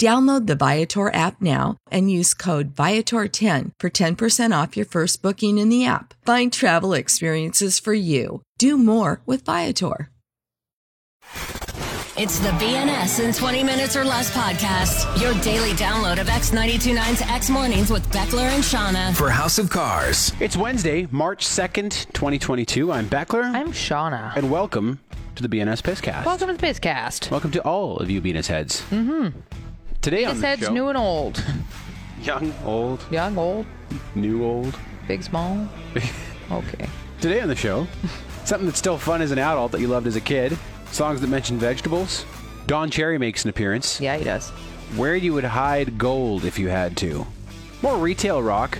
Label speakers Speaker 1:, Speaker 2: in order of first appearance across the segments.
Speaker 1: Download the Viator app now and use code Viator10 for 10% off your first booking in the app. Find travel experiences for you. Do more with Viator.
Speaker 2: It's the BNS in 20 minutes or less podcast, your daily download of X929's X Mornings with Beckler and Shauna.
Speaker 3: For House of Cars,
Speaker 4: It's Wednesday, March 2nd, 2022. I'm Beckler,
Speaker 5: I'm Shauna.
Speaker 4: and welcome to the BNS Pisscast.
Speaker 5: Welcome to the Bizcast.
Speaker 4: Welcome to all of you BNS heads. Mm-hmm. Today on
Speaker 5: Biz
Speaker 4: the
Speaker 5: heads
Speaker 4: show,
Speaker 5: new and old,
Speaker 4: young, old,
Speaker 5: young, old,
Speaker 4: new, old.
Speaker 5: big, small. Okay.
Speaker 4: Today on the show, something that's still fun as an adult that you loved as a kid, songs that mention vegetables. Don Cherry makes an appearance.
Speaker 5: Yeah, he does.
Speaker 4: Where you would hide gold if you had to. More retail rock.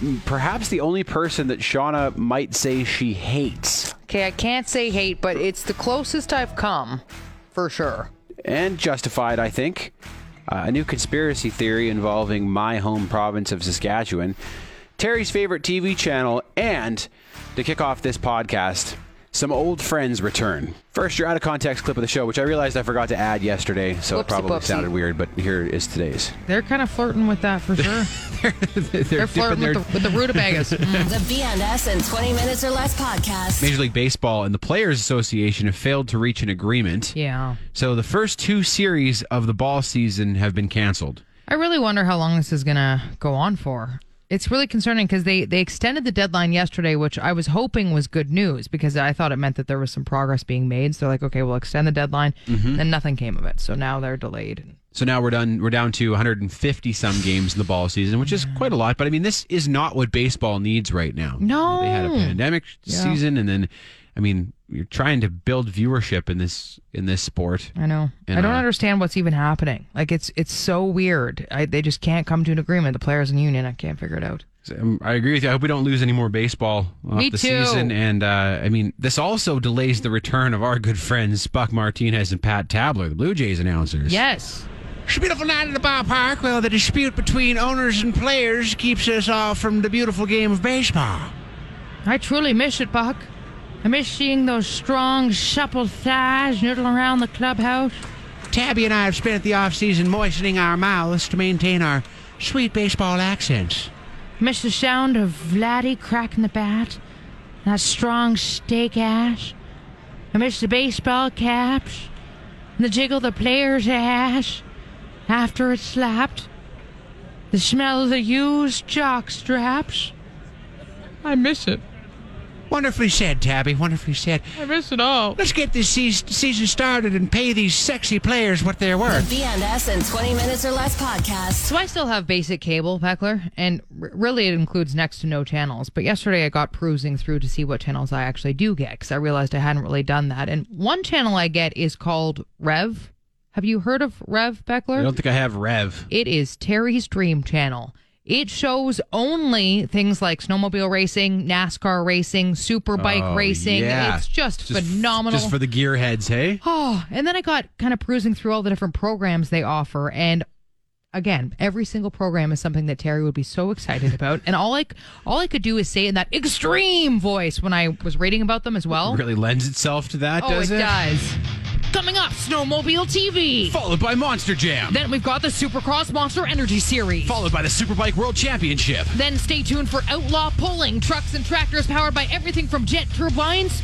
Speaker 4: Mm, Perhaps the only person that Shauna might say she hates.
Speaker 5: Okay, I can't say hate, but it's the closest I've come, for sure.
Speaker 4: and justified, I think. Uh, a new conspiracy theory involving my home province of Saskatchewan, Terry's favorite TV channel, and to kick off this podcast, some old friends return. First, your out of context clip of the show, which I realized I forgot to add yesterday, so it
Speaker 5: Whoopsie
Speaker 4: probably
Speaker 5: poopsie.
Speaker 4: sounded weird, but here is today's.
Speaker 6: They're kind of flirting with that for sure.
Speaker 7: they're,
Speaker 5: They're flirting with the, with the rutabagas. Mm.
Speaker 2: The BNS in 20 minutes or less podcast.
Speaker 7: Major League Baseball and the Players Association have failed to reach an agreement.
Speaker 6: yeah.
Speaker 7: So the first two series of the ball season have been canceled.
Speaker 6: I really wonder how long this is going to go on for. It's really concerning because they, they extended the deadline yesterday, which I was hoping was good news because I thought it meant that there was some progress being made. So they're like, okay, we'll extend the deadline. And nothing came of it. So now they're delayed.
Speaker 7: So now we're done. We're down to 150 some games in the ball season, which is quite a lot. But I mean, this is not what baseball needs right now.
Speaker 6: No.
Speaker 7: they had a pandemic season, and then, I mean, you're trying to build viewership in this in this sport.
Speaker 6: I know.
Speaker 7: And,
Speaker 6: I don't
Speaker 7: uh,
Speaker 6: understand what's even happening. Like it's it's so weird. I, they just can't come to an agreement. The players and union, I can't figure it out.
Speaker 7: Um, I agree with you. I hope we don't lose any more baseball off
Speaker 6: Me
Speaker 7: the
Speaker 6: too.
Speaker 7: season. And uh, I mean, this also delays the return of our good friends Buck Martinez and Pat Tabler, the Blue Jays announcers.
Speaker 6: Yes.
Speaker 7: It's a beautiful night at the ballpark. Well, the dispute between owners and players keeps us off from the beautiful game of baseball.
Speaker 6: I truly miss it, Buck. I miss seeing those strong, supple thighs noodling around the clubhouse.
Speaker 7: Tabby and I have spent the off season moistening our mouths to maintain our sweet baseball accents.
Speaker 6: Miss the sound of Vladdy cracking the bat, that strong steak ass. I miss the baseball caps, and the jiggle of the player's ass after it's slapped. The smell of the used jock straps. I miss it.
Speaker 7: Wonderfully said, Tabby. Wonderfully said.
Speaker 6: I miss it all.
Speaker 7: Let's get this seas- season started and pay these sexy players what they're
Speaker 2: The
Speaker 7: worth.
Speaker 2: BNS in 20 minutes or less podcast.
Speaker 6: So I still have basic cable, Peckler, and r- really it includes next to no channels. But yesterday I got perusing through to see what channels I actually do get because I realized I hadn't really done that. And one channel I get is called Rev. Have you heard of Rev, Peckler?
Speaker 7: I don't think I have Rev.
Speaker 6: It is Terry's Dream Channel. It shows only things like snowmobile racing, NASCAR racing, superbike racing. It's just,
Speaker 7: f-
Speaker 6: phenomenal.
Speaker 7: Just for the gearheads, hey?
Speaker 6: Oh, and then I got kind of perusing through all the different programs they offer. And again, every single program is something that Terry would be so excited about. and all I, c- all I could do is say in that extreme voice when I was reading about them as well.
Speaker 7: Really lends itself to that,
Speaker 6: oh,
Speaker 7: does it?
Speaker 6: it does. Coming up, Snowmobile TV.
Speaker 7: Followed by Monster Jam.
Speaker 6: Then we've got the Supercross Monster Energy Series.
Speaker 7: followed by the Superbike World Championship.
Speaker 6: Then stay tuned for outlaw pulling trucks and tractors powered by everything from jet turbines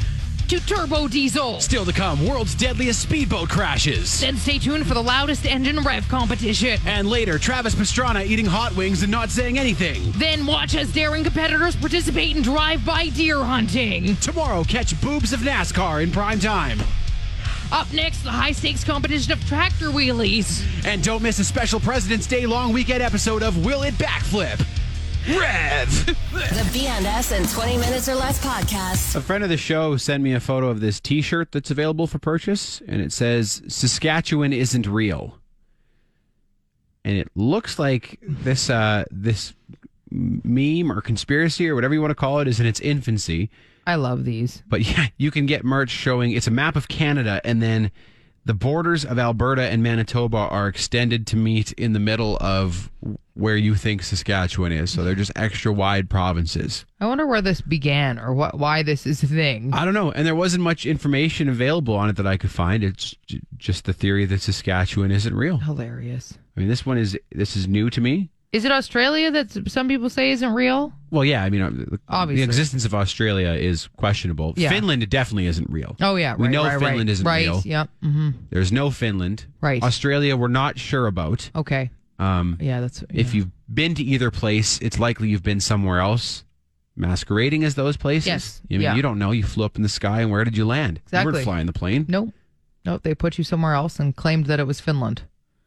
Speaker 6: to turbo diesel.
Speaker 7: Still to come, world's deadliest speedboat crashes.
Speaker 6: Then stay tuned for the loudest engine rev competition.
Speaker 7: And later, Travis Pastrana eating hot wings and not saying anything.
Speaker 6: Then watch as daring competitors participate in drive-by deer hunting.
Speaker 7: Tomorrow, catch boobs of NASCAR in prime time.
Speaker 8: Up next, the high stakes competition of tractor wheelies.
Speaker 9: And don't miss a special President's Day long weekend episode of Will It Backflip? Rev!
Speaker 2: The BNS in 20 minutes or less podcast.
Speaker 7: A friend of the show sent me a photo of this t shirt that's available for purchase, and it says, Saskatchewan isn't real. And it looks like this, uh, this meme or conspiracy or whatever you want to call it is in its infancy.
Speaker 6: I love these.
Speaker 7: But yeah, you can get merch showing it's a map of Canada, and then the borders of Alberta and Manitoba are extended to meet in the middle of where you think Saskatchewan is. So they're just extra wide provinces.
Speaker 6: I wonder where this began or what why this is a thing.
Speaker 7: I don't know. And there wasn't much information available on it that I could find. It's j- just the theory that Saskatchewan isn't real.
Speaker 6: Hilarious.
Speaker 7: I mean, this one is this is new to me.
Speaker 6: Is it Australia that some people say isn't real?
Speaker 7: Well, yeah, I mean, uh, the-
Speaker 6: Obviously.
Speaker 7: the existence of Australia is questionable.
Speaker 6: Yeah.
Speaker 7: Finland definitely isn't real.
Speaker 6: Oh yeah,
Speaker 7: we
Speaker 6: right,
Speaker 7: know
Speaker 6: right,
Speaker 7: Finland
Speaker 6: right.
Speaker 7: isn't
Speaker 6: right.
Speaker 7: real.
Speaker 6: Yep. hmm
Speaker 7: There's no Finland.
Speaker 6: Right.
Speaker 7: Australia, we're not sure about.
Speaker 6: Okay.
Speaker 7: Um,
Speaker 6: Yeah, that's
Speaker 7: If you've been to either place, it's likely you've been somewhere else masquerading as those places.
Speaker 6: Yes.
Speaker 7: I mean,
Speaker 6: Yeah.
Speaker 7: you don't know. You flew up in the sky, and where did you land? You
Speaker 6: Exactly.
Speaker 7: weren't flying the plane,
Speaker 6: Nope. Nope. They put you somewhere else and claimed that it was Finland.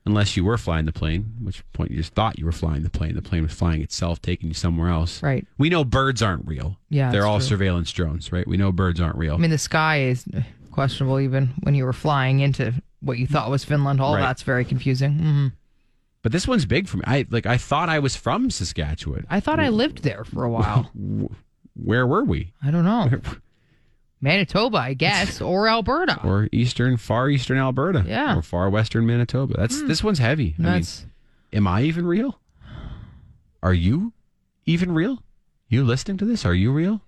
Speaker 7: unless you were flying the plane, which point you just thought you were flying the plane. The plane was flying itself, taking you somewhere else.
Speaker 6: Right.
Speaker 7: We know birds aren't real.
Speaker 6: Yeah,
Speaker 7: They're
Speaker 6: that's
Speaker 7: all
Speaker 6: true.
Speaker 7: surveillance drones, right? We know birds aren't real.
Speaker 6: I mean, the sky is uh, questionable even when you were flying into what you thought was Finland. All
Speaker 7: Right.
Speaker 6: that's very confusing. hmm
Speaker 7: but this one's big for me. I like. I thought I was from Saskatchewan.
Speaker 6: I thought I lived there for a while.
Speaker 7: Where were we?
Speaker 6: I don't know. Manitoba, I guess, or Alberta.
Speaker 7: or eastern, far eastern Alberta,
Speaker 6: Yeah. Hmm.
Speaker 7: or far western Manitoba. That's this one's heavy. I mean,
Speaker 6: that's
Speaker 7: am I even real? Are you even real? You listening to this? Are you real?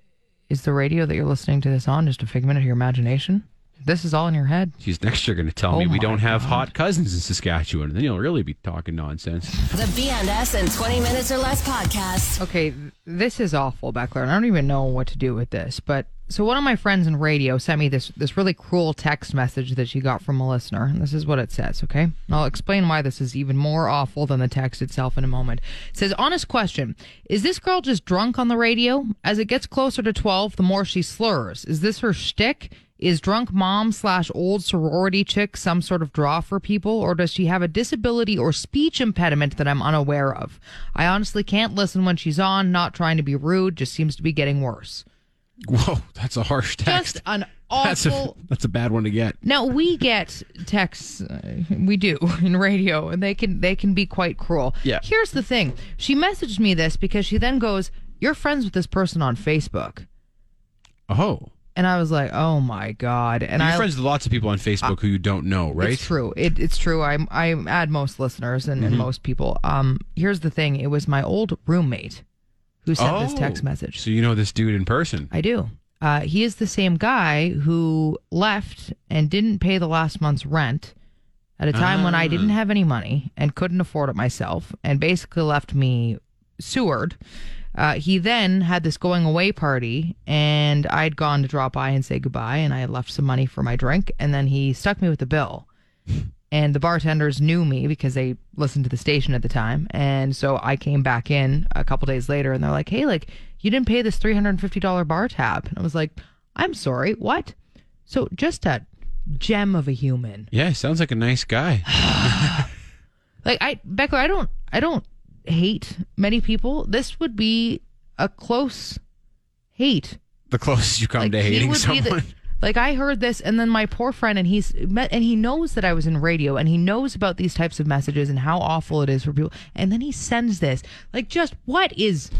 Speaker 6: is the radio that you're listening to this on just a figment of your imagination? This is all in your head.
Speaker 7: She's next. You're going to tell
Speaker 6: Oh
Speaker 7: me we
Speaker 6: my
Speaker 7: don't have hot cousins in Saskatchewan, and then you'll really be talking nonsense.
Speaker 2: The BNS in 20 minutes or less podcast.
Speaker 6: Okay, th- this is awful, Beckler, and I don't even know what to do with this. But so one of my friends in radio sent me this this really cruel text message that she got from a listener, and this is what it says. Okay, and I'll explain why this is even more awful than the text itself in a moment. It says, "Honest question: Is this girl just drunk on the radio? As it gets closer to twelve, the more she slurs. Is this her shtick?" Is drunk mom slash old sorority chick some sort of draw for people, or does she have a disability or speech impediment that I'm unaware of? I honestly can't listen when she's on, not trying to be rude, just seems to be getting worse.
Speaker 7: Whoa, that's a harsh text.
Speaker 6: Just an
Speaker 7: that's a
Speaker 6: awful.
Speaker 7: that's a bad one to get.
Speaker 6: Now we get texts, uh, we do in radio, and they can they can be quite cruel.
Speaker 7: Yeah.
Speaker 6: Here's the thing: she messaged me this because she then goes, "You're friends with this person on Facebook,"
Speaker 7: Oh,
Speaker 6: and I was like, "Oh my god!" And
Speaker 7: you're
Speaker 6: I
Speaker 7: friends with lots of people on Facebook who you don't know, right?
Speaker 6: It's true. It, it's true. I I add most listeners and,
Speaker 7: Mm-hmm.
Speaker 6: and most people. Um, here's the thing. It was my old roommate who sent this text
Speaker 7: Oh,
Speaker 6: message.
Speaker 7: So you know this dude in person.
Speaker 6: I do. Uh, he is the same guy who left and didn't pay the last month's rent at a time when I
Speaker 7: Ah.
Speaker 6: didn't have any money and couldn't afford it myself, and basically left me sewered. Uh, he then had this going away party, and I'd gone to drop by and say goodbye, and I had left some money for my drink, and then he stuck me with the bill. And the bartenders knew me because they listened to the station at the time. And so I came back in a couple days later and they're like, hey, like, you didn't pay this $350 bar tab. And I was like, I'm sorry, what? So just a gem of a human.
Speaker 7: Yeah, sounds like a nice guy.
Speaker 6: Like I Beckler, I don't I don't hate many people. This would be a close hate.
Speaker 7: the closest you come
Speaker 6: Like
Speaker 7: to
Speaker 6: he
Speaker 7: hating
Speaker 6: would
Speaker 7: someone.
Speaker 6: be the like I heard this and then my poor friend and he's met and he knows that I was in radio and he knows about these types of messages and how awful it is for people and then he sends this. Like just what is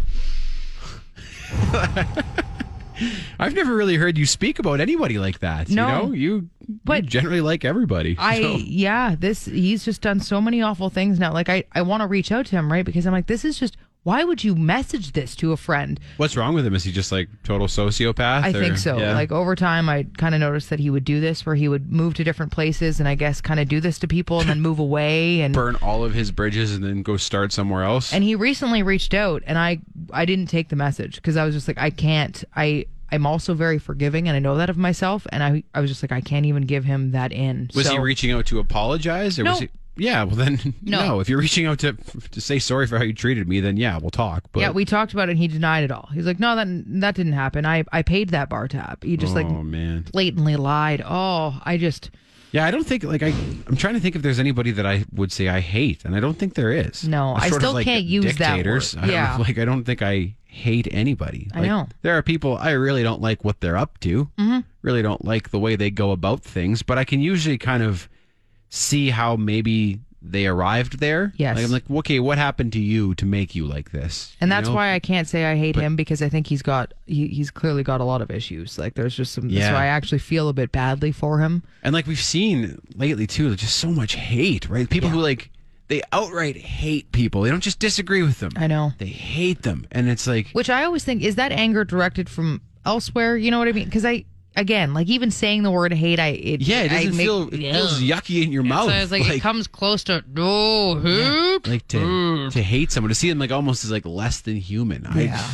Speaker 7: I've never really heard you speak about anybody like that.
Speaker 6: No.
Speaker 7: you know, you,
Speaker 6: But-
Speaker 7: you generally like everybody.
Speaker 6: I
Speaker 7: so-
Speaker 6: yeah, this he's just done so many awful things now. Like I I want to reach out to him, right? Because I'm like this is just why would you message this to a friend?
Speaker 7: what's wrong with him? Is he just like total sociopath?
Speaker 6: I
Speaker 7: or-
Speaker 6: think so.
Speaker 7: yeah.
Speaker 6: Like over time, I kind of noticed that he would do this, where he would move to different places, and I guess kind of do this to people, and then move away. And
Speaker 7: burn all of his bridges and then go start somewhere else.
Speaker 6: and he recently reached out, and I I didn't take the message because I was just like, I can't. I I'm also very forgiving, and I know that of myself, and I I was just like, I can't even give him that in.
Speaker 7: was he
Speaker 6: So-
Speaker 7: reaching out to apologize or was
Speaker 6: No.
Speaker 7: he? Yeah, well then no.
Speaker 6: No.
Speaker 7: If you're reaching out to to say sorry for how you treated me, then yeah, we'll talk. But
Speaker 6: yeah, we talked about it. and He denied it all. He's like, no, that that didn't happen. I I paid that bar tab. He just
Speaker 7: oh
Speaker 6: like
Speaker 7: man,
Speaker 6: blatantly lied. Oh, I just
Speaker 7: Yeah, I don't think like I. I'm trying to think if there's anybody that I would say I hate, and I don't think there is.
Speaker 6: No, I
Speaker 7: Sort of
Speaker 6: still can't use that
Speaker 7: dictators.
Speaker 6: word.
Speaker 7: I don't-
Speaker 6: Yeah.
Speaker 7: like I don't think I hate anybody.
Speaker 6: I
Speaker 7: Like,
Speaker 6: know. Mm-hmm.
Speaker 7: there are people I really don't like what they're up to. Really don't like the way they go about things, but I can usually kind of see how maybe they arrived there.
Speaker 6: Yes.
Speaker 7: like, I'm like, okay, what happened to you to make you like this?
Speaker 6: And
Speaker 7: You
Speaker 6: that's
Speaker 7: know?
Speaker 6: why I can't say I hate
Speaker 7: But-
Speaker 6: him because I think he's got he, he's clearly got a lot of issues. Like there's just some that's
Speaker 7: Yeah.
Speaker 6: why I actually feel a bit badly for him.
Speaker 7: And like we've seen lately too, just so much hate, right? People who like they outright hate people. They don't just disagree with them.
Speaker 6: I know.
Speaker 7: They hate them. And it's like
Speaker 6: Which I always think is that anger directed from elsewhere, you know what I mean? Cuz I again, like even saying the word hate I it
Speaker 7: yeah, it
Speaker 6: I
Speaker 7: doesn't
Speaker 6: make-
Speaker 7: feel it feels yucky in your mouth.
Speaker 10: So it's like, it comes close to no hoot.
Speaker 7: like to to hate someone, to see them like almost as like less than human.
Speaker 6: Yeah.
Speaker 7: I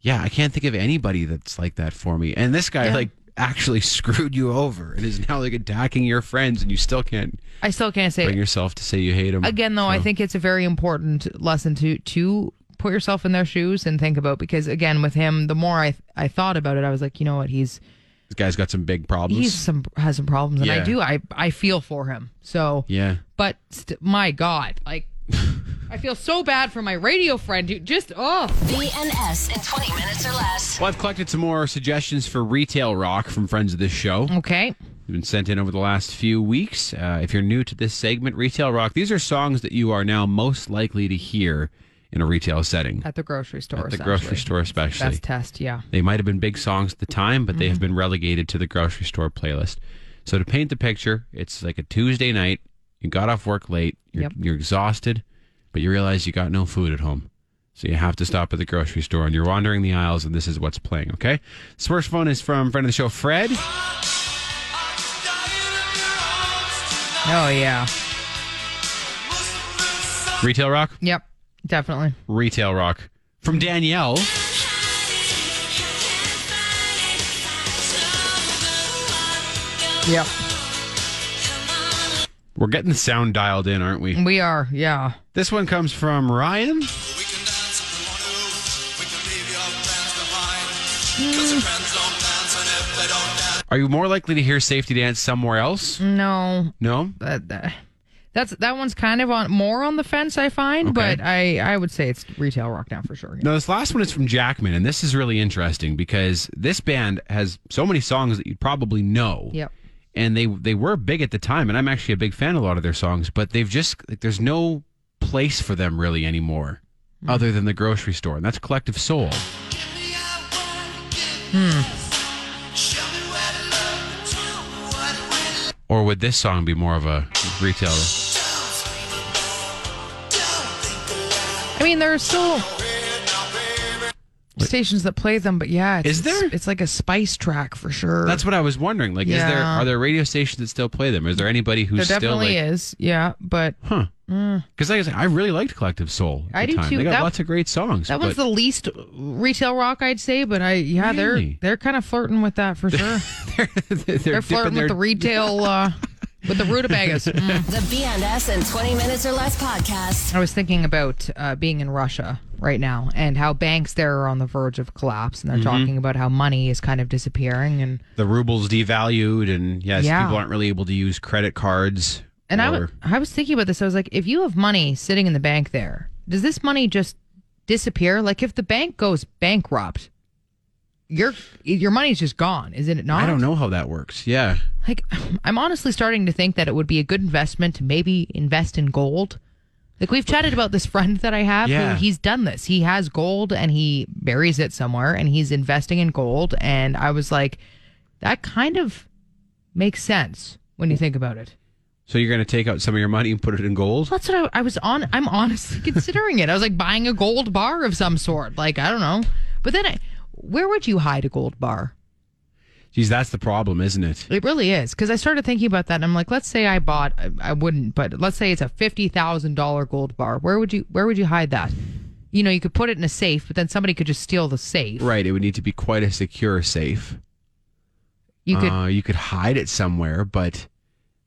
Speaker 7: Yeah, I can't think of anybody that's like that for me. And this guy like actually screwed you over and is now like attacking your friends and you still can't
Speaker 6: I still can't say
Speaker 7: bring
Speaker 6: it.
Speaker 7: yourself to say you hate him.
Speaker 6: Again though, I think it's a very important lesson to to put yourself in their shoes and think about because again with him, the more I I thought about it, I was like, you know what, he's
Speaker 7: this guy's got some big problems.
Speaker 6: he's some has some problems and I
Speaker 7: Yeah.
Speaker 6: do I I feel for him. So
Speaker 7: yeah.
Speaker 6: but st- my god like i feel so bad for my radio friend who just oh
Speaker 2: BNS in 20 minutes or less.
Speaker 7: Well, I've collected some more suggestions for retail rock from friends of this show. They've
Speaker 6: okay
Speaker 7: been sent in over the last few weeks. Uh, if you're new to this segment, retail rock, these are songs that you are now most likely to hear in a retail setting.
Speaker 6: at the grocery store
Speaker 7: At the
Speaker 6: essentially.
Speaker 7: grocery store, especially.
Speaker 6: best Mm-hmm. test yeah
Speaker 7: They might have been big songs at the time, but they have been relegated to the grocery store playlist. So to paint the picture, it's like a Tuesday night. You got off work late. You're,
Speaker 6: Yep.
Speaker 7: you're exhausted, but you realize you got no food at home. So you have to stop at the grocery store and you're wandering the aisles and this is what's playing, okay? This first one is from friend of the show, Fred.
Speaker 6: oh yeah
Speaker 7: Retail rock?
Speaker 6: yep definitely
Speaker 7: Retail rock. From Danielle.
Speaker 6: yep
Speaker 7: We're getting the sound dialed in, aren't we?
Speaker 6: we are yeah
Speaker 7: This one comes from Ryan. Are you more likely to hear safety dance somewhere else?
Speaker 6: no
Speaker 7: No?
Speaker 6: that, that- that's that one's kind of on more on the fence i find
Speaker 7: Okay.
Speaker 6: but i i would say it's retail rock now for sure
Speaker 7: No, this last one is from Jackman, and this is really interesting because this band has so many songs that you probably know.
Speaker 6: Yep.
Speaker 7: And they they were big at the time, and I'm actually a big fan of a lot of their songs, but they've just like there's no place for them really anymore, other than the grocery store, and that's Collective Soul. Or would this song be more of a retail?
Speaker 6: i mean there are still stations that play them but yeah it's,
Speaker 7: Is there?
Speaker 6: it's like a spice track for sure
Speaker 7: That's what I was wondering. Like, is there
Speaker 6: Yeah.
Speaker 7: are there radio stations that still play them? Is there anybody
Speaker 6: there
Speaker 7: who's still
Speaker 6: definitely
Speaker 7: like,
Speaker 6: is yeah but
Speaker 7: Huh. Because like I said, I really liked Collective Soul. At
Speaker 6: I
Speaker 7: the
Speaker 6: do
Speaker 7: time.
Speaker 6: too.
Speaker 7: They got
Speaker 6: That-
Speaker 7: lots of great songs.
Speaker 6: That one's
Speaker 7: but
Speaker 6: the least retail rock I'd say, but I yeah
Speaker 7: Really?
Speaker 6: they're they're kind of flirting with that for sure.
Speaker 7: they're, they're,
Speaker 6: they're
Speaker 7: dipping
Speaker 6: flirting
Speaker 7: their,
Speaker 6: with the retail uh, with the rutabagas. Mm.
Speaker 2: The BNS in 20 minutes or less podcast.
Speaker 6: I was thinking about uh, being in Russia right now and how banks there are on the verge of collapse, and they're
Speaker 7: Mm-hmm.
Speaker 6: talking about how money is kind of disappearing and
Speaker 7: the rubles devalued, and yes,
Speaker 6: Yeah.
Speaker 7: people aren't really able to use credit cards.
Speaker 6: And I
Speaker 7: or,
Speaker 6: wa- I was thinking about this. I was like, if you have money sitting in the bank there, does this money just disappear? Like, if the bank goes bankrupt, your your money's just gone, isn't it not?
Speaker 7: I don't know how that works. Yeah,
Speaker 6: Like, I'm honestly starting to think that it would be a good investment to maybe invest in gold. Like, we've chatted about this friend that I have
Speaker 7: Yeah.
Speaker 6: who he's done this. He has gold and he buries it somewhere and he's investing in gold. And I was like, that kind of makes sense when you think about it.
Speaker 7: so you're gonna take out some of your money and put it in gold.
Speaker 6: That's what I, I was on. I'm honestly considering it. I was like buying a gold bar of some sort. Like, I don't know. But then I, where would you hide a gold bar?
Speaker 7: Geez, that's the problem, isn't it?
Speaker 6: It really is because I started thinking about that, and I'm like, let's say I bought, I, I wouldn't, but let's say it's a fifty thousand dollar gold bar. Where would you, where would you hide that? You know, you could put it in a safe, but then somebody could just steal the safe.
Speaker 7: Right, it would need to be quite a secure safe.
Speaker 6: You could.
Speaker 7: uh, you could hide it somewhere, but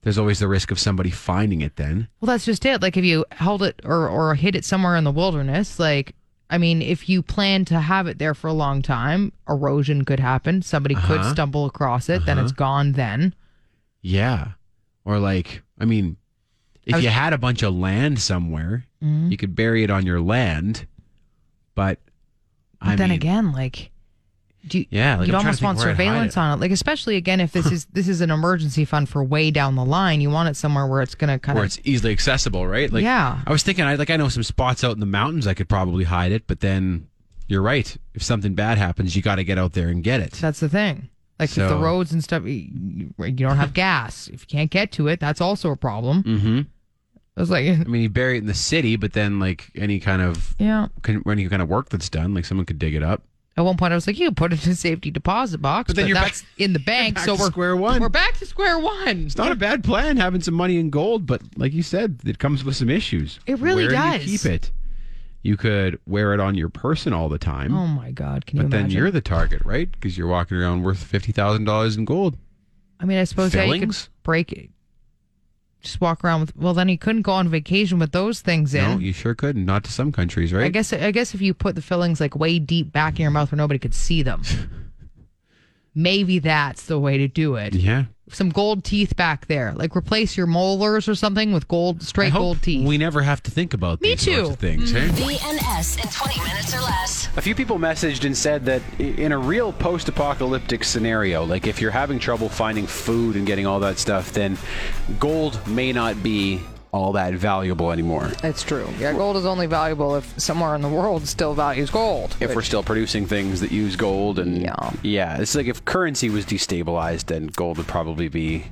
Speaker 7: there's always the risk of somebody finding it. Then
Speaker 6: well, that's just it. Like if you held it or or hid it somewhere in the wilderness, like. I mean, if you plan to have it there for a long time, erosion could happen. Somebody could stumble across it, then it's gone. Then
Speaker 7: Yeah. Or like, I mean, if
Speaker 6: I was-
Speaker 7: you had a bunch of land somewhere,
Speaker 6: Mm-hmm.
Speaker 7: you could bury it on your land. But,
Speaker 6: But
Speaker 7: I
Speaker 6: then
Speaker 7: mean,
Speaker 6: again, like, do you,
Speaker 7: Yeah, like,
Speaker 6: you'd
Speaker 7: I'm trying to
Speaker 6: almost
Speaker 7: think
Speaker 6: want
Speaker 7: where I'd hide
Speaker 6: surveillance
Speaker 7: it.
Speaker 6: on it. Like, especially again, if this is this is an emergency fund for way down the line, you want it somewhere where it's going to kind
Speaker 7: where
Speaker 6: of
Speaker 7: it's easily accessible, right? Like,
Speaker 6: Yeah.
Speaker 7: I was thinking, I like, I know some spots out in the mountains I could probably hide it, but then you're right. If something bad happens, you got to get out there and get it.
Speaker 6: That's the thing. Like if the
Speaker 7: So-
Speaker 6: roads and stuff, you, you you don't have gas. If you can't get to it, that's also a problem.
Speaker 7: Mm-hmm.
Speaker 6: I was like,
Speaker 7: I mean, you bury it in the city, but then like any kind of
Speaker 6: yeah.
Speaker 7: can, any kind of work that's done, like someone could dig it up.
Speaker 6: At one point, I was like, you can put it in a safety deposit box, but,
Speaker 7: But then you're back-
Speaker 6: that's in the bank,
Speaker 7: back
Speaker 6: so
Speaker 7: to
Speaker 6: we're
Speaker 7: square one.
Speaker 6: We're back to square one.
Speaker 7: It's not a bad plan having some money in gold, but like you said, it comes with some issues.
Speaker 6: It really
Speaker 7: Where
Speaker 6: does.
Speaker 7: Do you keep it. You could wear it on your person all the time,
Speaker 6: Oh my god! Can you
Speaker 7: but then
Speaker 6: imagine?
Speaker 7: you're the target, right? Because you're walking around worth fifty thousand dollars in gold.
Speaker 6: I mean, I suppose yeah, you could
Speaker 7: Fillings?
Speaker 6: break it. Just walk around with. Well, then he couldn't go on vacation with those things in.
Speaker 7: No, you sure couldn't. Not to some countries, right?
Speaker 6: I guess. I guess if you put the fillings like way deep back in your mouth where nobody could see them, maybe that's the way to do it.
Speaker 7: Yeah.
Speaker 6: Some gold teeth back there, like replace your molars or something with gold,
Speaker 7: I
Speaker 6: straight
Speaker 7: hope
Speaker 6: gold teeth.
Speaker 7: We never have to think about
Speaker 6: Me
Speaker 7: these sorts
Speaker 6: too. Mm-hmm.
Speaker 7: of things. Hey?
Speaker 2: BNS in 20 minutes or less.
Speaker 4: A few people messaged and said that i- in a real post apocalyptic scenario, like if you're having trouble finding food and getting all that stuff, then gold may not be all that valuable anymore.
Speaker 6: That's true. Yeah, gold is only valuable if somewhere in the world still values gold.
Speaker 4: If we're still producing things that use gold and
Speaker 6: Yeah.
Speaker 4: it's like if currency was destabilized, then gold would probably be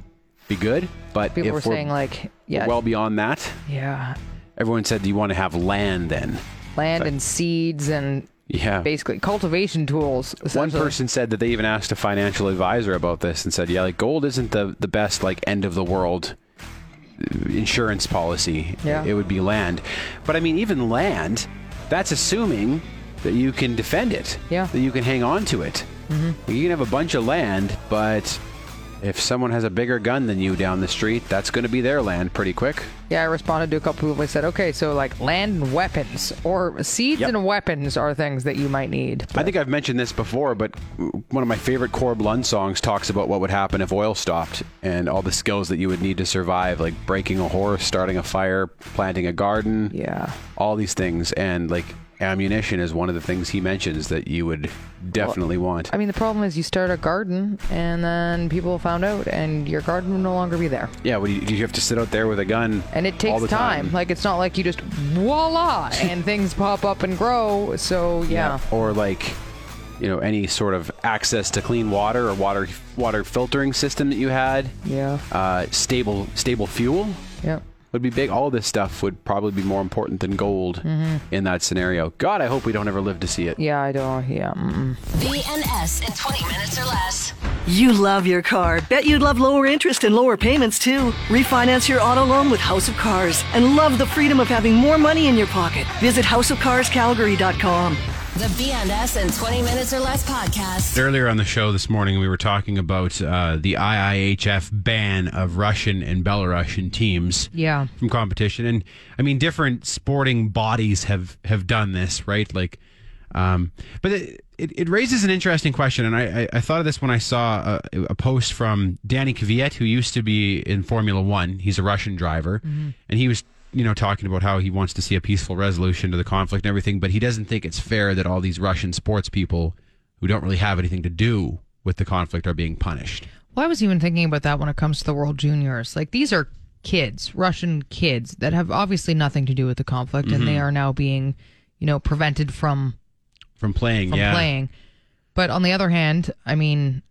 Speaker 4: be good. But
Speaker 6: People
Speaker 4: if
Speaker 6: were saying like, yeah,
Speaker 4: well beyond that,
Speaker 6: yeah,
Speaker 4: everyone said you want to have land then.
Speaker 6: land and seeds and
Speaker 4: Yeah.
Speaker 6: basically cultivation tools.
Speaker 4: One
Speaker 6: essentially.
Speaker 4: person said that they even asked a financial advisor about this and said, "Yeah, like gold isn't the the best like end of the world uh, insurance policy.
Speaker 6: Yeah.
Speaker 4: It would be land. But I mean, even land, that's assuming that you can defend it.
Speaker 6: Yeah. Mm-hmm.
Speaker 4: That you can hang on to it. You can have a bunch of land, but if someone has a bigger gun than you down the street, that's going to be their land pretty quick.
Speaker 6: Yeah, I responded to a couple people. I said, okay, so like land and weapons or seeds
Speaker 4: Yep.
Speaker 6: and weapons are things that you might need.
Speaker 4: I think I've mentioned this before, but one of my favorite Corb Lund songs talks about what would happen if oil stopped and all the skills that you would need to survive, like breaking a horse, starting a fire, planting a garden,
Speaker 6: Yeah.
Speaker 4: all these things. And like ammunition is one of the things he mentions that you would definitely want.
Speaker 6: I mean, the problem is you start a garden and then people found out and your garden will no longer be there.
Speaker 4: yeah, what do you, do you have to sit out there with a gun?
Speaker 6: And it
Speaker 4: all
Speaker 6: takes
Speaker 4: the
Speaker 6: time.
Speaker 4: time.
Speaker 6: Like, it's not like you just voila and things pop up and grow. So, yeah.
Speaker 4: Or like, you know, any sort of access to clean water or water water filtering system that you had.
Speaker 6: Yeah.
Speaker 4: Uh, stable stable fuel.
Speaker 6: Yeah.
Speaker 4: would be big. All this stuff would probably be more important than gold in that scenario. God, I hope we don't ever live to see it.
Speaker 6: Mm-hmm. Yeah, I don't. Yeah. Mm-mm.
Speaker 2: BNS in 20 minutes or less.
Speaker 11: You love your car. Bet you'd love lower interest and lower payments too. Refinance your auto loan with House of Cars and love the freedom of having more money in your pocket. Visit houseofcarscalgary.com.
Speaker 2: The BNS in 20 minutes or less podcast.
Speaker 7: Earlier on the show this morning, we were talking about uh, the IIHF ban of Russian and Belarusian teams
Speaker 6: Yeah.
Speaker 7: from competition, and I mean, different sporting bodies have have done this, right? Like, um, but it, it it raises an interesting question, and I, I I thought of this when I saw a, a post from Danny Kvyat, who used to be in Formula One. He's a Russian driver, and he was. You know, talking about how he wants to see a peaceful resolution to the conflict and everything, but he doesn't think it's fair that all these Russian sports people who don't really have anything to do with the conflict are being punished.
Speaker 6: Well, I was even thinking about that when it comes to the World Juniors. Like these are kids, Russian kids that have obviously nothing to do with the conflict, and
Speaker 7: Mm-hmm.
Speaker 6: they are now being, you know, prevented from
Speaker 7: From playing,
Speaker 6: from
Speaker 7: yeah.
Speaker 6: playing. But on the other hand, I mean,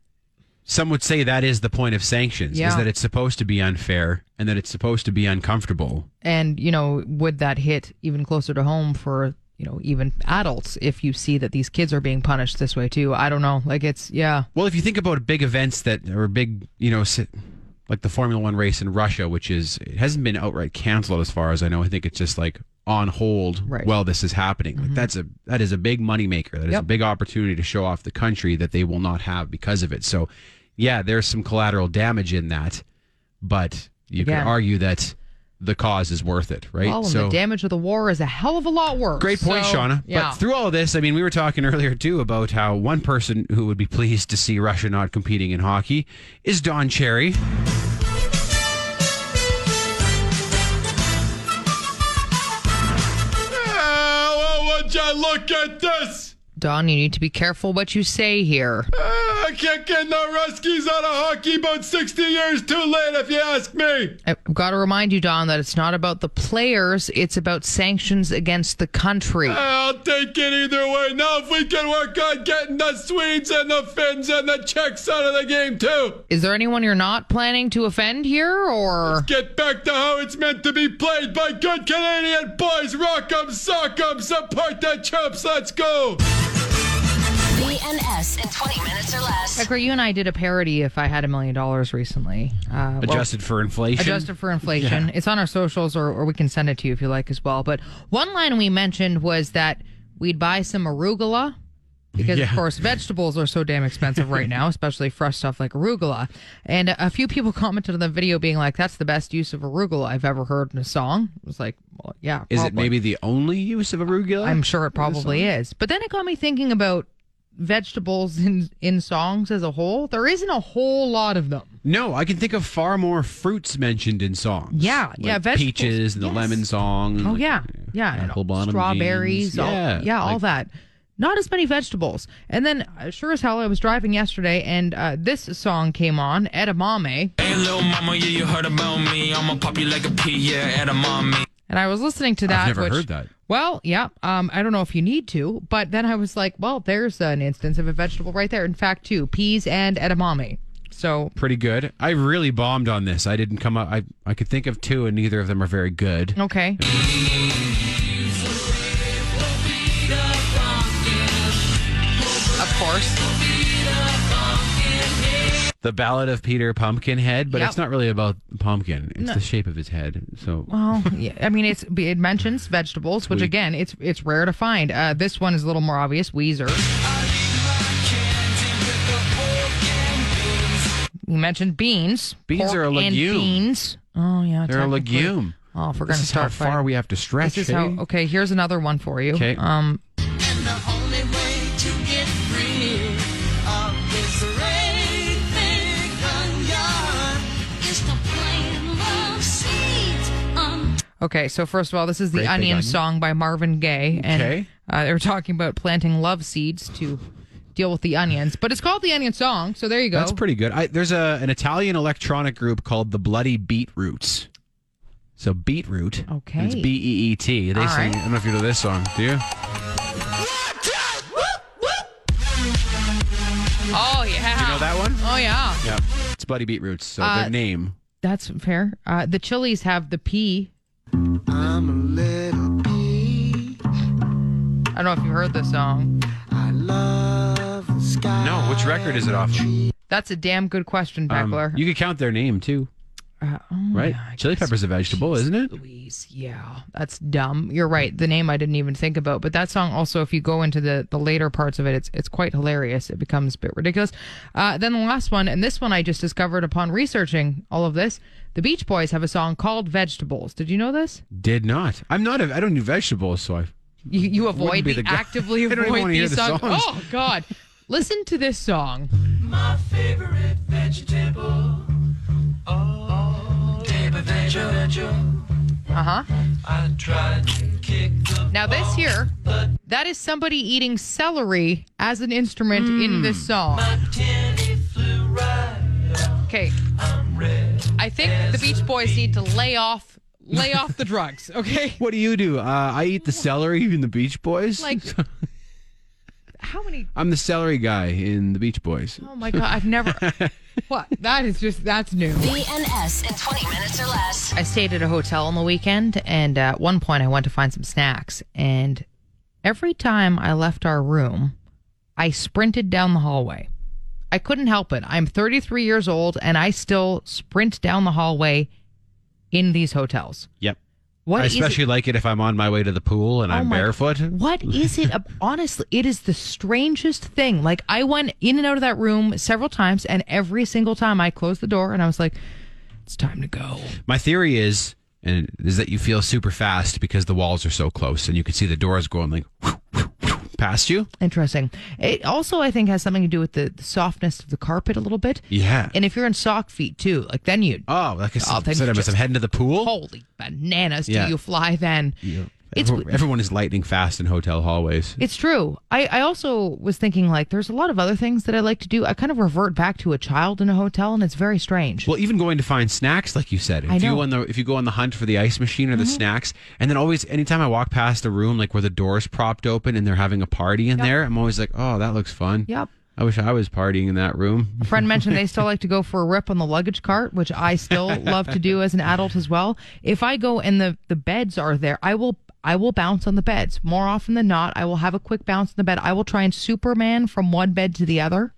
Speaker 7: some would say that is the point of sanctions
Speaker 6: Yeah.
Speaker 7: is that it's supposed to be unfair and that it's supposed to be uncomfortable
Speaker 6: and you know, would that hit even closer to home for you know even adults if you see that these kids are being punished this way too? I don't know. Like it's yeah,
Speaker 7: well if you think about big events that are big you know si- like the formula one race in russia which is it hasn't been outright canceled as far as i know i think it's just like on hold
Speaker 6: Right. Mm-hmm.
Speaker 7: while this is happening like that's a that is a big moneymaker that is a
Speaker 6: Yep.
Speaker 7: big opportunity to show off the country that they will not have because of it so yeah there's some collateral damage in that but you
Speaker 6: Again.
Speaker 7: could argue that the cause is worth it right
Speaker 6: well, and
Speaker 7: so
Speaker 6: the damage of the war is a hell of a lot worse.
Speaker 7: Great point,
Speaker 6: So,
Speaker 7: Shauna.
Speaker 6: Yeah.
Speaker 7: But through all this, I mean, we were talking earlier too about how one person who would be pleased to see Russia not competing in hockey is Don Cherry.
Speaker 3: Ah, would you look at this?
Speaker 6: Don, you need to be careful what you say here.
Speaker 3: Ah, I can't get no Ruskies out of hockey, but 60 years too late, if you ask me.
Speaker 6: I've got to remind you, Don, that it's not about the players, it's about sanctions against the country.
Speaker 3: I'll take it either way. Now, if we can work on getting the Swedes and the Finns and the Czechs out of the game, too.
Speaker 6: Is there anyone you're not planning to offend here, or
Speaker 3: Get back to how it's meant to be played by good Canadian boys. Rock 'em, sock 'em, support the chumps. Let's go.
Speaker 2: BNS in 20 minutes or less.
Speaker 6: Becker, you and I did a parody if I had a million dollars recently. Uh, well,
Speaker 7: adjusted for inflation.
Speaker 6: adjusted for inflation. It's on our socials, or, or we can send it to you if you like as well. But one line we mentioned was that we'd buy some arugula because, of
Speaker 7: Yeah.
Speaker 6: course, vegetables are so damn expensive right now, especially fresh stuff like arugula. And a, a few people commented on the video being like, "That's the best use of arugula I've ever heard in a song." It was like, well, "Yeah."
Speaker 7: Is it
Speaker 6: probably.
Speaker 7: maybe the only use of arugula?
Speaker 6: I'm sure it probably is. But then it got me thinking about vegetables in in songs as a whole. There isn't a whole lot of them.
Speaker 7: No, I can think of far more fruits mentioned in songs.
Speaker 6: Yeah,
Speaker 7: Like
Speaker 6: yeah, vegetables.
Speaker 7: peaches and the
Speaker 6: Yes.
Speaker 7: lemon song. and
Speaker 6: Oh
Speaker 7: like
Speaker 6: yeah, yeah, and
Speaker 7: apple bottom
Speaker 6: strawberries,
Speaker 7: jeans.
Speaker 6: all, yeah,
Speaker 7: Yeah,
Speaker 6: all
Speaker 7: like-
Speaker 6: that. Not as many vegetables. And then, uh, sure as hell, I was driving yesterday, and uh, this song came on, Edamame,
Speaker 3: Hey, little mama, yeah, you heard about me. I'ma pop you like a pea, yeah, at a mommy.
Speaker 6: and I was listening to that.
Speaker 7: never
Speaker 6: which-
Speaker 7: heard that.
Speaker 6: Well, yeah, um, I don't know if you need to, but then I was like, well, there's an instance of a vegetable right there. In fact, two peas and edamame. So
Speaker 7: Pretty good. I really bombed on this. I didn't come up. I, I could think of two, and neither of them are very good.
Speaker 6: okay, of course,
Speaker 7: The Ballad of Peter Pumpkinhead, but
Speaker 6: Yep.
Speaker 7: it's not really about the pumpkin. It's the shape of his head. So
Speaker 6: well, yeah, I mean, it's it mentions vegetables, which again, it's it's rare to find. Uh, this one is a little more obvious. Weezer. You mentioned beans.
Speaker 7: Beans
Speaker 6: Pork
Speaker 7: are a
Speaker 6: and
Speaker 7: legume.
Speaker 6: beans. Oh yeah,
Speaker 7: they're a
Speaker 6: technically.
Speaker 7: legume.
Speaker 6: Oh, if we're
Speaker 7: This
Speaker 6: gonna
Speaker 7: is how
Speaker 6: start
Speaker 7: far
Speaker 6: fighting.
Speaker 7: we have to stretch.
Speaker 6: This is
Speaker 7: eh?
Speaker 6: how. Okay, here's another one for you.
Speaker 7: 'Kay.
Speaker 6: Um, Okay, so first of all, this is the
Speaker 7: Great Big
Speaker 6: Onion
Speaker 7: Onion.
Speaker 6: song by Marvin Gaye, and
Speaker 7: Okay.
Speaker 6: uh, they were talking about planting love seeds to deal with the onions. But it's called the Onion Song, so there you go.
Speaker 7: That's pretty good. I, there's a an Italian electronic group called the Bloody Beetroots. So beetroot.
Speaker 6: Oh,
Speaker 7: and It's
Speaker 6: Okay.
Speaker 7: B E E T. They
Speaker 6: All
Speaker 7: sing.
Speaker 6: right.
Speaker 7: I don't know if you know this song. Do you?
Speaker 6: Oh yeah.
Speaker 7: You know that one?
Speaker 6: Oh yeah.
Speaker 7: Yeah. It's Bloody Beetroots. So
Speaker 6: Uh,
Speaker 7: their name.
Speaker 6: That's fair. Uh, the Chili's have the P. I'm a little I don't know if you've heard this song.
Speaker 7: No, which record is it off? of?
Speaker 6: That's a damn good question,
Speaker 7: Um,
Speaker 6: Beckler.
Speaker 7: you could count their name too,
Speaker 6: Uh, oh,
Speaker 7: right?
Speaker 6: yeah, I
Speaker 7: Chili
Speaker 6: guess.
Speaker 7: pepper's a vegetable, isn't it?
Speaker 6: Louise, yeah, that's dumb. You're right. The name I didn't even think about, but that song also, if you go into the the later parts of it, it's it's quite hilarious. It becomes a bit ridiculous. Uh, then the last one, and this one I just discovered upon researching all of this. The Beach Boys have a song called "Vegetables." Did you know this?
Speaker 7: Did not. I'm not. A, I don't do vegetables, so I.
Speaker 6: You, you
Speaker 7: Wouldn't
Speaker 6: avoid
Speaker 7: be
Speaker 6: the
Speaker 7: the guy-
Speaker 6: actively
Speaker 7: I don't even
Speaker 6: avoid
Speaker 7: wanna hear
Speaker 6: these
Speaker 7: the
Speaker 6: songs.
Speaker 7: songs.
Speaker 6: Oh God! Listen to this song. Uh huh. Now this here, that is somebody eating celery as an instrument
Speaker 7: Mm.
Speaker 6: in this song. Okay. I think the Beach Boys need to lay off, lay off the drugs. Okay.
Speaker 7: What do you do? Uh, I eat the celery in the Beach Boys.
Speaker 6: Like, how many?
Speaker 7: I'm the celery guy in the Beach Boys.
Speaker 6: Oh my god! I've never. What? That is just that's new.
Speaker 2: BNS in 20 minutes or less.
Speaker 6: I stayed at a hotel on the weekend, and at one point I went to find some snacks. And every time I left our room, I sprinted down the hallway. I couldn't help it. I'm 33 years old, and I still sprint down the hallway in these hotels.
Speaker 7: Yep.
Speaker 6: What
Speaker 7: I
Speaker 6: is it-
Speaker 7: especially like it if I'm on my way to the pool and
Speaker 6: Oh
Speaker 7: I'm
Speaker 6: my-
Speaker 7: barefoot.
Speaker 6: What is it? ab- Honestly, it is the strangest thing. Like I went in and out of that room several times, and every single time I closed the door, and I was like, "It's time to go."
Speaker 7: My theory is, and is that you feel super fast because the walls are so close and you can see the doors going like whoosh, whoosh, whoosh, past you.
Speaker 6: Interesting. It also, I think, has something to do with the, the softness of the carpet a little bit.
Speaker 7: Yeah.
Speaker 6: And if you're in sock feet too, like then you
Speaker 7: Oh, like I said,
Speaker 6: Oh, then Oh,
Speaker 7: said I
Speaker 6: you
Speaker 7: must- I'm
Speaker 6: just-
Speaker 7: heading to the pool.
Speaker 6: holy bananas
Speaker 7: Yeah.
Speaker 6: do you fly then?
Speaker 7: everyone, everyone is lightning fast in hotel hallways.
Speaker 6: It's true. I, I also was thinking like there's a lot of other things that I like to do. I kind of revert back to a child in a hotel and it's very strange.
Speaker 7: Well, even going to find snacks, like you said, if
Speaker 6: I
Speaker 7: you
Speaker 6: know. Mm-hmm.
Speaker 7: on the if you go on the hunt for the ice machine or the snacks, and then always anytime I walk past a room like where the door's propped open and they're having a party in there, I'm always like, oh, that looks fun.
Speaker 6: Yep.
Speaker 7: I wish I was partying in that room.
Speaker 6: A friend mentioned they still like to go for a rip on the luggage cart, which I still love to do as an adult as well. If I go and the, the beds are there, I will I will bounce on the beds. More often than not, I will have a quick bounce on the bed. I will try and Superman from one bed to the other.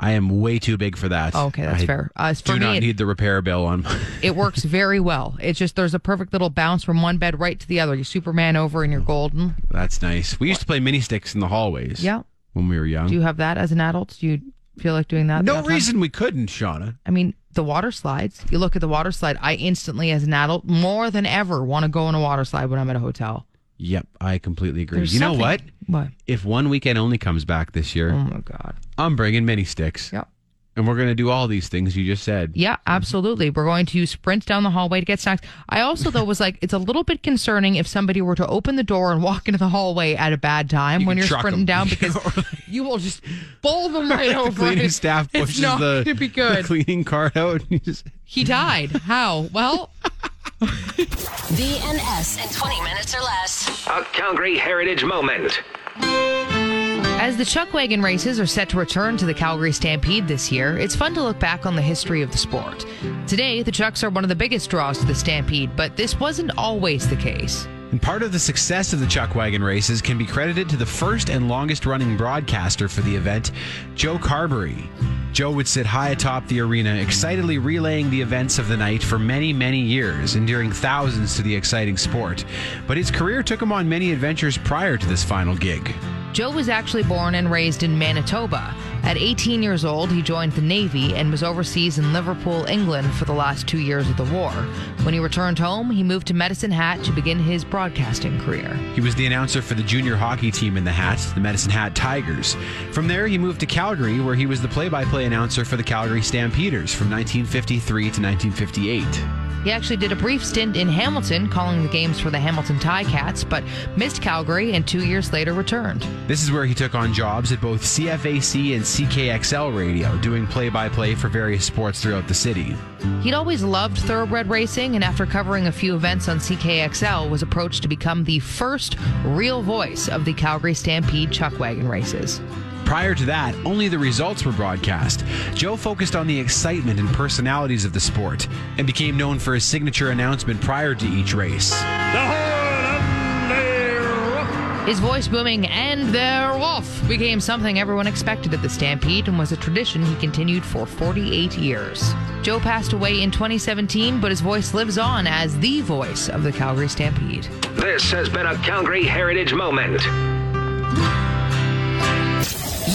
Speaker 7: I am way too big for that.
Speaker 6: Okay, that's
Speaker 7: I
Speaker 6: fair. Uh, as
Speaker 7: do
Speaker 6: for me,
Speaker 7: not
Speaker 6: it-
Speaker 7: need the repair bill on. My-
Speaker 6: It works very well. It's just there's a perfect little bounce from one bed right to the other. You Superman over and you're golden.
Speaker 7: that's nice. We used to play mini sticks in the hallways.
Speaker 6: Yeah.
Speaker 7: When we were young.
Speaker 6: Do you have that as an adult? Do you feel like doing that?
Speaker 7: no
Speaker 6: all the time?
Speaker 7: reason we couldn't, Shauna.
Speaker 6: I mean, the water slides. You look at the water slide. I instantly, as an adult, more than ever, want to go on a water slide when I'm at a hotel.
Speaker 7: Yep, I completely agree.
Speaker 6: There's
Speaker 7: you know
Speaker 6: something-
Speaker 7: what?
Speaker 6: What?
Speaker 7: If one weekend only comes back this year,
Speaker 6: Oh my god.
Speaker 7: I'm bringing mini sticks.
Speaker 6: Yep.
Speaker 7: And we're going to do all these things you just said.
Speaker 6: Yeah, absolutely. We're going to sprint down the hallway to get snacks. I also though was like, it's a little bit concerning if somebody were to open the door and walk into the hallway at a bad time
Speaker 7: You
Speaker 6: when
Speaker 7: can
Speaker 6: you're
Speaker 7: truck
Speaker 6: sprinting
Speaker 7: 'em.
Speaker 6: down because you will just bowl them right
Speaker 7: the
Speaker 6: over.
Speaker 7: cleaning
Speaker 6: It's-
Speaker 7: staff pushes
Speaker 6: it's not
Speaker 7: the,
Speaker 6: to be
Speaker 7: the
Speaker 6: good.
Speaker 7: cleaning cart out. and you just-
Speaker 6: he died. How? Well,
Speaker 2: VNS in 20 minutes or less.
Speaker 12: A Calgary Heritage Moment.
Speaker 6: As the Chuckwagon races are set to return to the Calgary Stampede this year, it's fun to look back on the history of the sport. Today, the Chucks are one of the biggest draws to the Stampede, but this wasn't always the case.
Speaker 7: And part of the success of the Chuck Wagon races can be credited to the first and longest running broadcaster for the event, Joe Carberry. Joe would sit high atop the arena, excitedly relaying the events of the night for many, many years, endearing thousands to the exciting sport. But his career took him on many adventures prior to this final gig.
Speaker 6: Joe was actually born and raised in Manitoba. At 18 years old, he joined the Navy and was overseas in Liverpool, England for the last two years of the war. When he returned home, he moved to Medicine Hat to begin his broadcasting career.
Speaker 7: He was the announcer for the junior hockey team in the Hat, the Medicine Hat Tigers. From there, he moved to Calgary, where he was the play by play announcer for the Calgary Stampeders from 1953 to 1958.
Speaker 6: He actually did a brief stint in Hamilton, calling the games for the Hamilton Tie Cats, but missed Calgary and two years later returned.
Speaker 7: This is where he took on jobs at both CFAC and CKXL radio, doing play by play for various sports throughout the city.
Speaker 6: He'd always loved thoroughbred racing, and after covering a few events on CKXL, was approached to become the first real voice of the Calgary Stampede Chuckwagon races.
Speaker 7: Prior to that, only the results were broadcast. Joe focused on the excitement and personalities of the sport and became known for his signature announcement prior to each race.
Speaker 6: His voice booming, and they're off, became something everyone expected at the Stampede and was a tradition he continued for 48 years. Joe passed away in 2017, but his voice lives on as the voice of the Calgary Stampede.
Speaker 12: This has been a Calgary Heritage Moment.